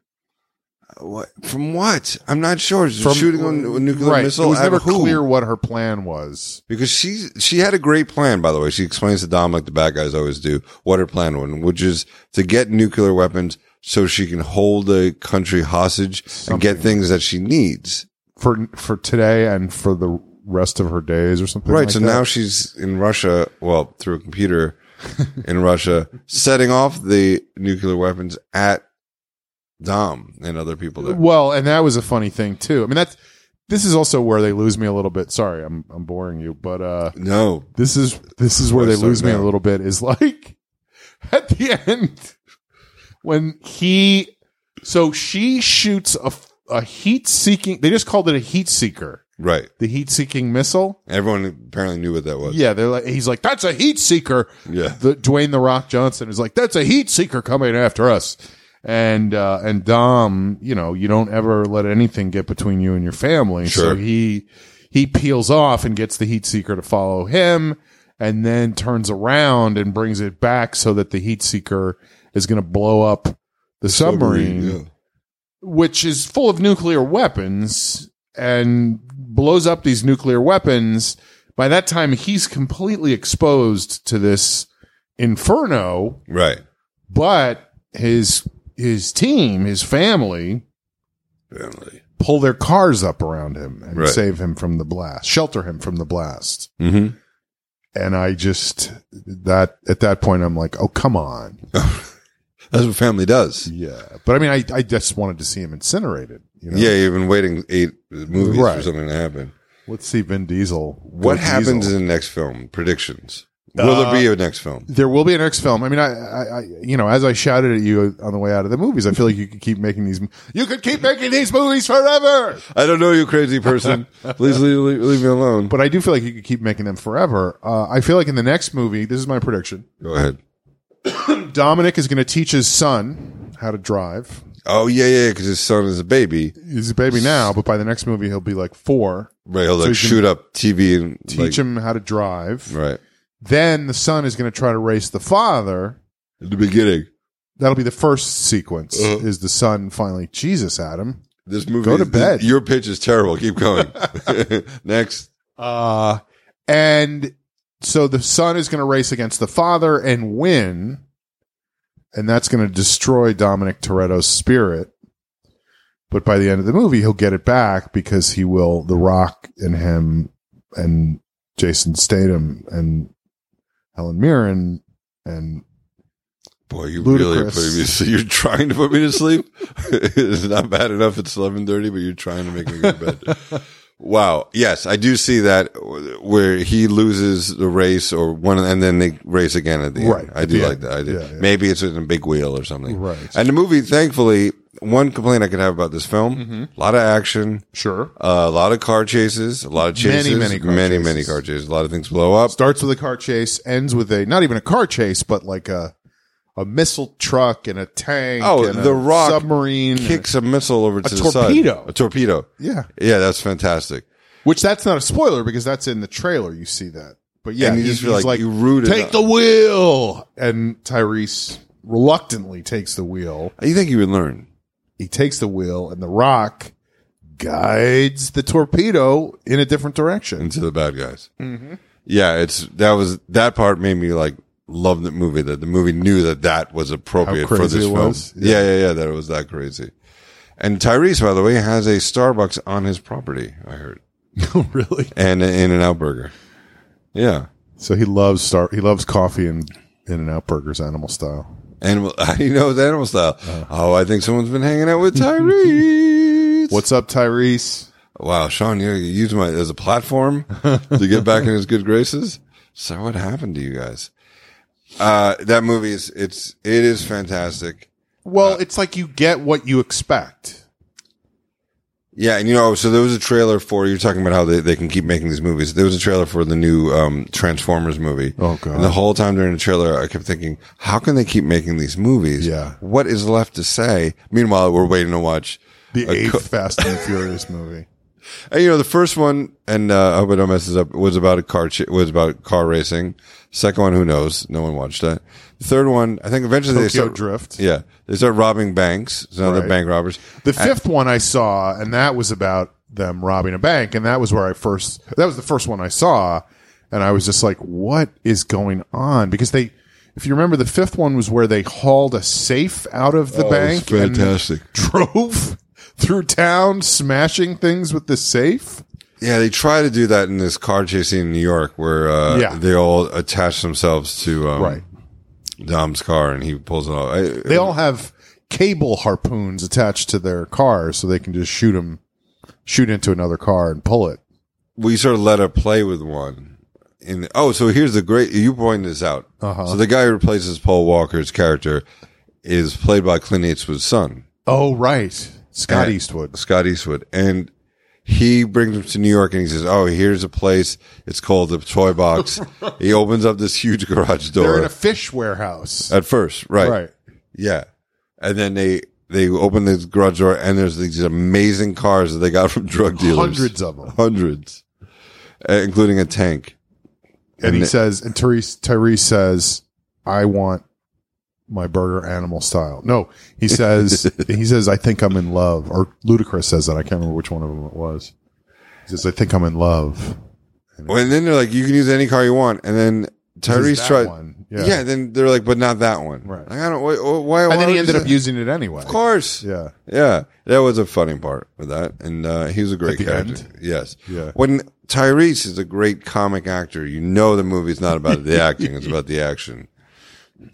A: What from what? I'm not sure. She's
B: from
A: shooting on a nuclear
B: right.
A: missile.
B: It was
A: at
B: never
A: who?
B: clear what her plan was.
A: because she she had a great plan. By the way, she explains to Dom like the bad guys always do what her plan was, which is to get nuclear weapons so she can hold a country hostage and get things that she needs.
B: for for today and for the rest of her days or something.
A: Right.
B: like
A: so
B: that.
A: now she's in Russia. Well, through a
B: (laughs)
A: computer in Russia, setting off the nuclear weapons at Dom and other people there.
B: Well, and that was a funny thing too. I mean, that's this is also where they lose me a little bit. Sorry, I'm I'm boring you, but uh,
A: No,
B: this is this is where
A: Before I
B: they
A: start
B: lose me
A: now.
B: a little bit. Is like (laughs) at the end when he so she shoots a a heat seeking. They just called it a heat seeker,
A: right.
B: the heat seeking missile.
A: Everyone apparently knew what that was.
B: Yeah, they're like he's like that's a heat seeker.
A: Yeah.
B: the Dwayne the Rock Johnson is like, that's a heat seeker coming after us. And uh, and Dom, you know, you don't ever let anything get between you and your family. So
A: Sure.
B: he he peels off and gets the heat seeker to follow him, and then turns around and brings it back so that the heat seeker is going to blow up the submarine.
A: yeah.
B: which is full of nuclear weapons and blows up these nuclear weapons. By that time, he's completely exposed to this inferno,
A: Right.
B: but his his team, his family,
A: Family.
B: pull their cars up around him and
A: Right.
B: save him from the blast, shelter him from the blast.
A: hmm
B: And I just that at that point, I'm like, oh come on,
A: That's what family does.
B: yeah. But I mean, I I just wanted to see him incinerated. You know?
A: Yeah, you've been waiting eight movies for
B: Right.
A: something to happen.
B: Let's see Vin Diesel.
A: What
B: Vin
A: happens
B: Diesel.
A: in the next film? Predictions. Will there be a next film?
B: there will be an next film. I mean, I, I, I, you know, as I shouted at you on the way out of the movies, I feel like you could keep making these. You could keep making these movies forever.
A: I don't know, you crazy person. Please leave, leave, leave me alone.
B: But I do feel like you could keep making them forever. Uh, I feel like in the next movie, this is my prediction.
A: Go ahead.
B: Dominic is going to teach his son how to drive.
A: Oh yeah, yeah, because his son is a baby.
B: He's a baby now, but by the next movie, he'll be like four.
A: Right, he'll like
B: he's gonna
A: shoot up TV and
B: Teach
A: like,
B: him how to drive.
A: Right
B: Then the son is going to try to race the father.
A: at the beginning.
B: That'll be the first sequence.
A: Uh.
B: Is the son finally Jesus Adam?
A: This movie.
B: Go to
A: is-
B: bed.
A: your pitch is terrible. Keep going. (laughs) next.
B: Uh, and so the son is going to race against the father and win, and that's going to destroy Dominic Toretto's spirit. But by the end of the movie, he'll get it back because he will. The Rock and him and Jason Statham and Helen Mirren and
A: Boy, you really are
B: Ludicrous.
A: putting me. So (laughs) you're trying to put me to sleep. (laughs) it's not bad enough. It's eleven thirty, but you're trying to make me go to
B: (laughs)
A: bed. Wow. Yes, I do see that where he loses the race or one, and then they race again at the end.
B: Right,
A: I
B: at
A: do
B: the
A: like
B: end.
A: that. I do.
B: Yeah, yeah.
A: Maybe it's in a big wheel or something.
B: right,
A: And the movie, thankfully, one complaint I could have about this film:
B: Mm-hmm.
A: a lot of action,
B: sure
A: uh, a lot of car chases, a lot of
B: Many,
A: chases,
B: many car
A: many,
B: chases.
A: many car chases. A lot of things blow up.
B: starts with a car chase, ends with a not even a car chase, but like a a missile truck and a tank.
A: Oh,
B: and
A: The
B: a
A: Rock
B: submarine
A: Kicks a missile over to the
B: torpedo.
A: side. A torpedo.
B: Yeah,
A: Yeah, that's fantastic.
B: which that's not a spoiler because that's in the trailer. You see that, but yeah,
A: and you
B: he-
A: just feel
B: he's
A: like, you rooted.
B: take the wheel, and Tyrese reluctantly takes the wheel.
A: You think you would learn?
B: He takes the wheel, and the Rock guides the torpedo in a different direction.
A: into the bad guys.
B: Mm-hmm.
A: Yeah, it's that was that part made me like love the movie that the movie knew that that was appropriate for
B: crazy
A: this
B: it
A: film.
B: was.
A: Yeah. yeah, yeah, that it was that crazy. And Tyrese, by the way, has a Starbucks on his property. I
B: (laughs)
A: heard,
B: Oh, really?
A: and an In and Out Burger. Yeah,
B: So he loves star. He loves coffee and In and Out Burgers, animal style.
A: and (laughs) how do you know it's animal style?
B: Uh-huh.
A: oh, I think someone's been hanging out with Tyrese.
B: (laughs) What's up, Tyrese?
A: Wow, Sean, you, you used my as a platform to get back in his good graces. So what happened to you guys? Uh, that movie is it's it is fantastic.
B: Well, it's like you get what you expect.
A: Yeah, and you know, so there was a trailer for you're talking about how they, they can keep making these movies. There was a trailer for the new um, Transformers movie.
B: Oh, God.
A: And the whole time during the trailer, I kept thinking, how can they keep making these movies?
B: Yeah.
A: what is left to say? Meanwhile, we're waiting to watch
B: The
A: A
B: eighth
A: co-
B: Fast and the
A: (laughs)
B: Furious movie.
A: And, you know, the first one, and uh, I hope I don't mess this up, was about a car ch- was about car racing. Second one, who knows? No one watched that. The third one, I think eventually they
B: Tokyo
A: start.
B: Drift.
A: Yeah, they start robbing banks. So now they're
B: Right.
A: bank robbers.
B: The fifth one I saw, and that was about them robbing a bank, and that was where I first. That was the first one I saw, and I was just like, "What is going on?" Because they, if you remember, the fifth one was where they hauled a safe out of the bank and (laughs) drove through town, smashing things with the safe.
A: Yeah, they try to do that in this car chasing in New York, where uh,
B: Yeah.
A: they all attach themselves to um,
B: Right.
A: Dom's car, and he pulls it off. I,
B: They all have cable harpoons attached to their cars, so they can just shoot them, shoot into another car and pull it.
A: we sort of let her play with one. In oh, so here's the great. You pointed this out.
B: Uh-huh.
A: So the guy who replaces Paul Walker's character is played by Clint Eastwood's son,
B: Oh, right, Scott
A: And-
B: Eastwood.
A: Scott Eastwood, and he brings him to New York, and he says, "Oh, here's a place. It's called the Toy
B: (laughs)
A: Box." he opens up this huge garage
B: They're in
A: door
B: a fish warehouse.
A: at first, right? Yeah, and then they they open this garage door, and there's these amazing cars that they got from drug dealers,
B: Hundreds of them.
A: hundreds, uh, including a tank.
B: And, he says, and Tyrese, Tyrese says, I want my burger animal style. No, he says he says I think I'm in love, or Ludacris says that I can't remember which one of them it was. He says I think I'm in love.
A: Well, and then they're like, you can use any car you want. And then
B: He's
A: Tyrese
B: that
A: tried.
B: one.
A: Yeah. Then they're like, but not that one.
B: Right.
A: Like, I don't. Why? why
B: and then
A: why
B: he ended
A: would
B: up using it anyway.
A: Of course.
B: Yeah,
A: Yeah, that was a funny part with that, and uh, he was a great
B: the
A: character.
B: end?
A: Yes,
B: Yeah.
A: When Tyrese is a great comic actor, you know the movie's not about the acting; it's about the action.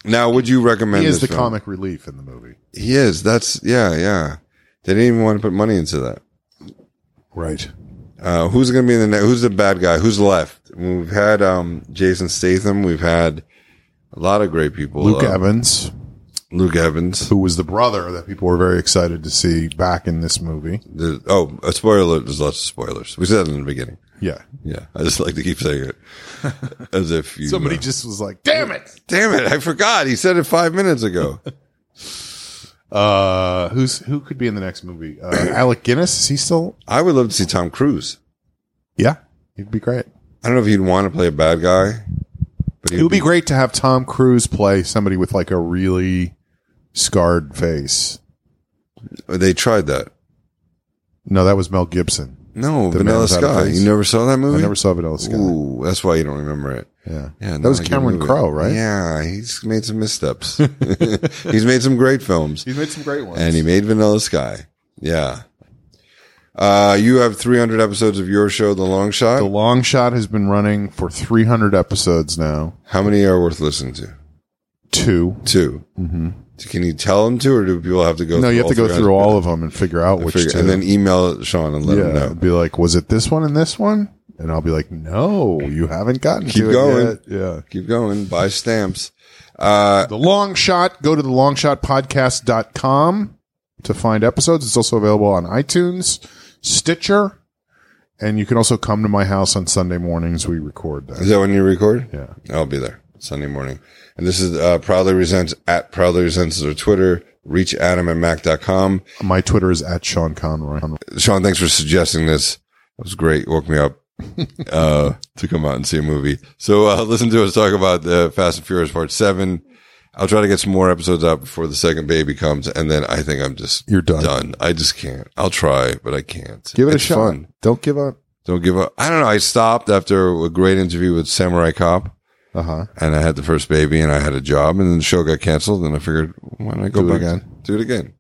A: Now, would you recommend?
B: he is
A: this
B: the
A: film?
B: comic relief in the movie.
A: He is. That's yeah, yeah. They didn't even want to put money into that.
B: Right.
A: Uh, who's going to be in the ne- who's the bad guy? Who's left? We've had um, Jason Statham. We've had a lot of great people.
B: Luke
A: Uh,
B: Evans,
A: Luke Evans.
B: who was the brother that people were very excited to see back in this movie.
A: The- oh, a spoiler! alert. There's lots of spoilers. We said that in the beginning.
B: Yeah.
A: Yeah, I just like to keep
B: (laughs)
A: saying it as if you.
B: Somebody
A: uh,
B: just was like, "Damn it!"
A: damn it! I forgot. He said it five minutes
B: (laughs)
A: ago.
B: Uh, who's who could be in the next movie? Uh, Alec Guinness? Is he still?
A: I would love to see Tom Cruise.
B: Yeah, he'd be great.
A: I don't know if he'd want to play a bad guy, but
B: It would be great to have Tom Cruise play somebody with like a really scarred face.
A: oh, They tried that.
B: No, that was Mel Gibson.
A: No,
B: The
A: Vanilla
B: Man's Out of
A: Sky.
B: Place.
A: You never saw that movie.
B: I never saw Vanilla Sky.
A: Ooh, that's why you don't remember it.
B: Yeah,
A: Yeah,
B: that
A: not
B: was
A: a good
B: Cameron
A: movie.
B: Crowe, right?
A: Yeah, he's made some missteps. (laughs)
B: (laughs)
A: he's made some great films,
B: he's made some great ones.
A: and he made Vanilla Sky. Yeah. Uh, you have 300 episodes of your show, The Long Shot.
B: the long shot has been running for 300 episodes now.
A: How many are worth listening to?
B: Two.
A: 2 Mm-hmm. Can you tell them to, or do people have to go? through
B: No, you have to
A: all
B: go
A: three
B: through
A: hundred?
B: all of them and figure out which
A: Figure-
B: two.
A: and then email Sean and let
B: yeah,
A: him know.
B: be like, was it this one and this one? And I'll be like, no, you haven't gotten
A: Keep
B: to
A: going.
B: it yet. Yeah.
A: Keep going. Buy stamps. Uh,
B: The Long Shot, go to the longshotpodcast.com to find episodes. It's also available on iTunes, Stitcher, and you can also come to my house on Sunday mornings. We record
A: is
B: that.
A: that when you record?
B: Yeah.
A: I'll be there Sunday morning. And this is uh, Proudly Resents at Proudly Resents is our Twitter. Reach Adam at Mac.com.
B: My Twitter is at Sean Conroy.
A: Sean, thanks for suggesting this. That was great. Woke me up (laughs) uh, to come out and see a movie. So uh, listen to us talk about the Fast and Furious Part Seven. I'll try to get some more episodes out before the second baby comes, and then I think I'm just
B: You're done.
A: done. I just can't. I'll try, but I can't.
B: Give it
A: It's
B: a shot.
A: fun.
B: Don't give up.
A: Don't give up. I don't know. I stopped after a great interview with Samurai Cop,
B: Uh huh.
A: and I had the first baby, and I had a job, and then the show got canceled, and I figured, why not go
B: Do it
A: back
B: again.
A: Do it again.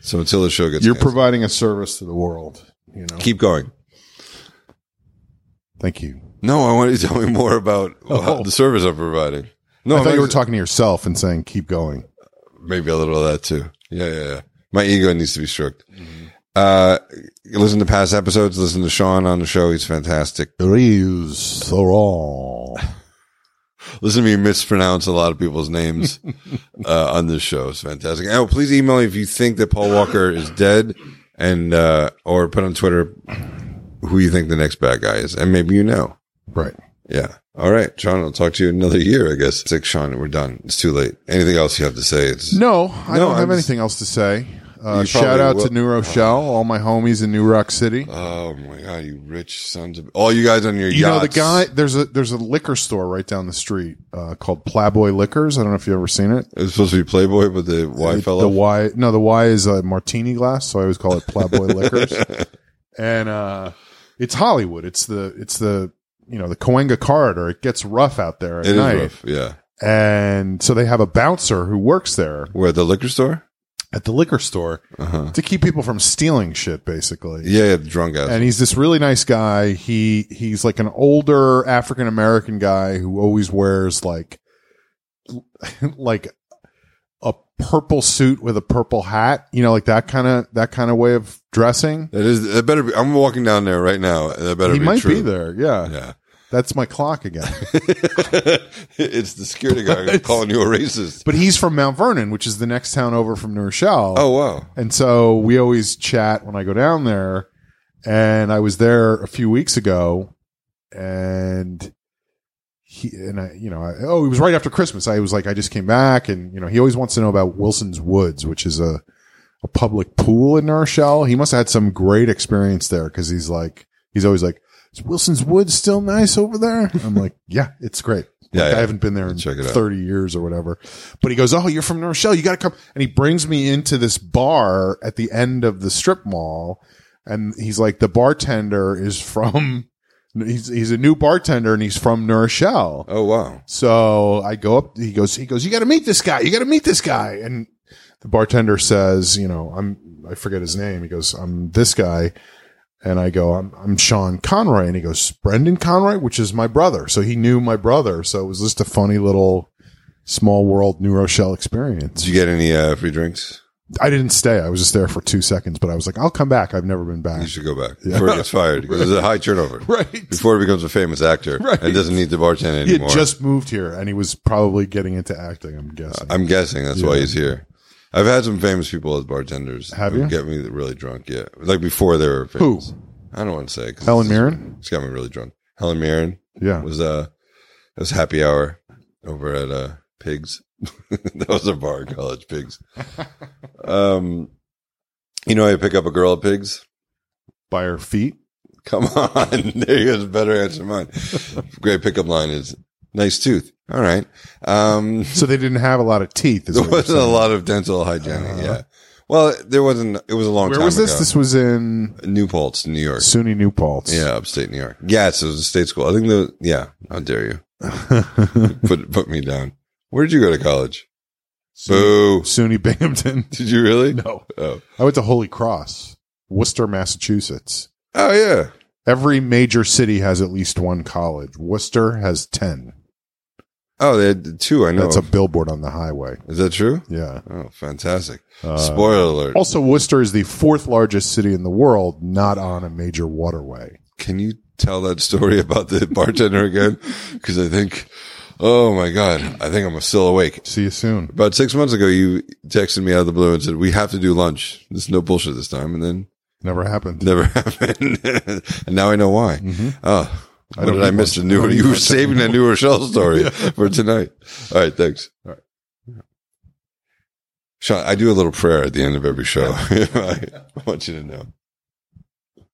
A: So until the show gets,
B: You're
A: canceled,
B: providing a service to the world. You know.
A: keep going.
B: Thank you.
A: No, I want you to tell me more about uh, the service I'm providing. No,
B: Oh. I thought you were
A: maybe-
B: talking to yourself and saying, keep going.
A: maybe a little of that too. Yeah, yeah, yeah. My ego needs to be stroked.
B: Mm-hmm.
A: Uh, listen to past episodes. Listen to Sean on the show. He's fantastic.
B: Reeves Thoron.
A: Listen to me mispronounce a lot of people's names
B: (laughs)
A: uh, on this show. It's fantastic. Oh, please email me if you think that Paul Walker is dead, and uh, or put on Twitter who you think the next bad guy is, and maybe you know.
B: Right.
A: Yeah. All right, Sean. I'll talk to you in another year, I guess. It's like Sean, we're done. It's too late. Anything else you have to say? It's
B: No, I
A: No,
B: don't
A: I'm
B: have
A: just-
B: anything else to say. Uh,
A: You
B: shout
A: probably
B: out
A: will.
B: to New Rochelle, all my homies in New Rock City.
A: Oh my god, you rich sons of all you guys on your
B: you know the
A: yachts.
B: guy. There's a there's a liquor store right down the street uh, called Plaboy Liquors. I don't know if you have ever seen it.
A: It was supposed to be Playboy, but the Y
B: It-
A: fell
B: The
A: off.
B: Y. No, the Y is a martini glass, so I always call it
A: (laughs)
B: Plaboy Liquors. And uh, it's Hollywood. It's the it's the you know the Coenga corridor. It gets rough out there at
A: It is
B: night,
A: rough. Yeah,
B: and so they have a bouncer who works there
A: we're at the liquor store.
B: at the liquor store
A: Uh huh.
B: to keep people from stealing shit, basically.
A: Yeah, yeah, the drunk ass.
B: and he's this really nice guy. He he's like an older African American guy who always wears like (laughs) like a purple suit with a purple hat, you know, like that kind of that kind of way of dressing.
A: that is that better. Be, I'm walking down there right now. and That better.
B: He
A: be
B: might
A: true.
B: be there. Yeah.
A: Yeah, (laughs)
B: That's my clock again.
A: it's the security guard calling you a racist.
B: but he's from Mount Vernon, which is the next town over from New Rochelle.
A: Oh wow,
B: And so we always chat when I go down there. And I was there a few weeks ago, and he and I, you know, I, oh, it was right after Christmas. I was like, I just came back, and you know, he always wants to know about Wilson's Woods, which is a a public pool in New Rochelle. He must have had some great experience there because he's like, he's always like, is Wilson's Woods still nice over there? I'm like, yeah, it's great.
A: Yeah,
B: Like,
A: yeah.
B: I haven't been there in
A: Check it out.
B: 30 years or whatever. But he goes, Oh, you're from New Rochelle. You got to come. And he brings me into this bar at the end of the strip mall. And he's like, The bartender is from, (laughs) he's, he's a new bartender and he's from New Rochelle.
A: Oh wow.
B: So I go up. He goes. He goes. You got to meet this guy. You got to meet this guy. And the bartender says, you know, I'm. I forget his name. He goes, I'm this guy. And I go, I'm, I'm Sean Conroy. And he goes, Brendan Conroy, which is my brother. So he knew my brother. So it was just a funny little small world New Rochelle experience.
A: Did you get any uh, free drinks?
B: I didn't stay. I was just there for two seconds, but I was like, I'll come back. I've never been
A: You
B: back.
A: should go back before it gets fired because there's a high turnover.
B: (laughs) Right.
A: Before he becomes a famous actor
B: Right.
A: and doesn't need to bartend
B: He had
A: anymore.
B: just moved here and he was probably getting into acting, I'm guessing.
A: I'm guessing that's why he's here. I've had some famous people as bartenders.
B: Have
A: who
B: you?
A: Get me really drunk, yeah. Like before they were
B: Who?
A: famous. I don't want to say. 'cause
B: Helen
A: it's-
B: Mirren? (laughs)
A: It's got me really drunk. Helen Mirren
B: Yeah.
A: was uh, it was happy hour over at uh Pigs. (laughs) that was a bar, in college Pigs.
B: (laughs)
A: um, you know, how you pick up a girl at Pigs. (laughs)
B: By her feet.
A: Come on, (laughs) there you goes. Better answer than
B: (laughs)
A: mine. Great pickup line is nice tooth. All right. Um,
B: So they didn't have a lot of teeth. (laughs) Is
A: there
B: what you're
A: wasn't a
B: saying.
A: lot of dental hygiene.
B: Uh-huh.
A: yeah. Well, there wasn't. It was a long
B: Where
A: time
B: was this?
A: ago.
B: This was in
A: New Paltz, New York.
B: SUNY New Paltz. (laughs)
A: Yeah, upstate New York. Yes, it was a state school. I think the yeah. How dare you put put me down? Where did you go to college?
B: SUNY,
A: Boo!
B: SUNY Binghamton.
A: (laughs)
B: (laughs)
A: Did you really?
B: No,
A: Oh,
B: I went to Holy Cross, Worcester, Massachusetts.
A: oh yeah.
B: Every major city has at least one college. Worcester has ten.
A: Oh, they had two. I know.
B: That's a billboard on the highway.
A: Is that true?
B: Yeah.
A: Oh, fantastic!
B: Uh,
A: Spoiler alert.
B: Also, Worcester is the fourth largest city in the world, not on a major waterway.
A: Can you tell that story (laughs) about the bartender
B: (laughs)
A: again? Because I think, oh my god, I think I'm still awake.
B: See you soon.
A: About six months ago, you texted me out of the blue and said, "We have to do lunch. This is no bullshit this time." And then
B: Never happened. Mm-hmm.
A: never (laughs) happened, and now I know why. Oh,
B: I
A: I
B: don't
A: did I
B: need
A: miss
B: lunch.
A: the new?
B: I don't
A: You
B: need
A: were
B: lunch
A: saving a new Rochelle
B: (laughs)
A: story for tonight. All right, thanks. All right. (laughs) Sean, I do a little prayer at the end of every show. I want you to know.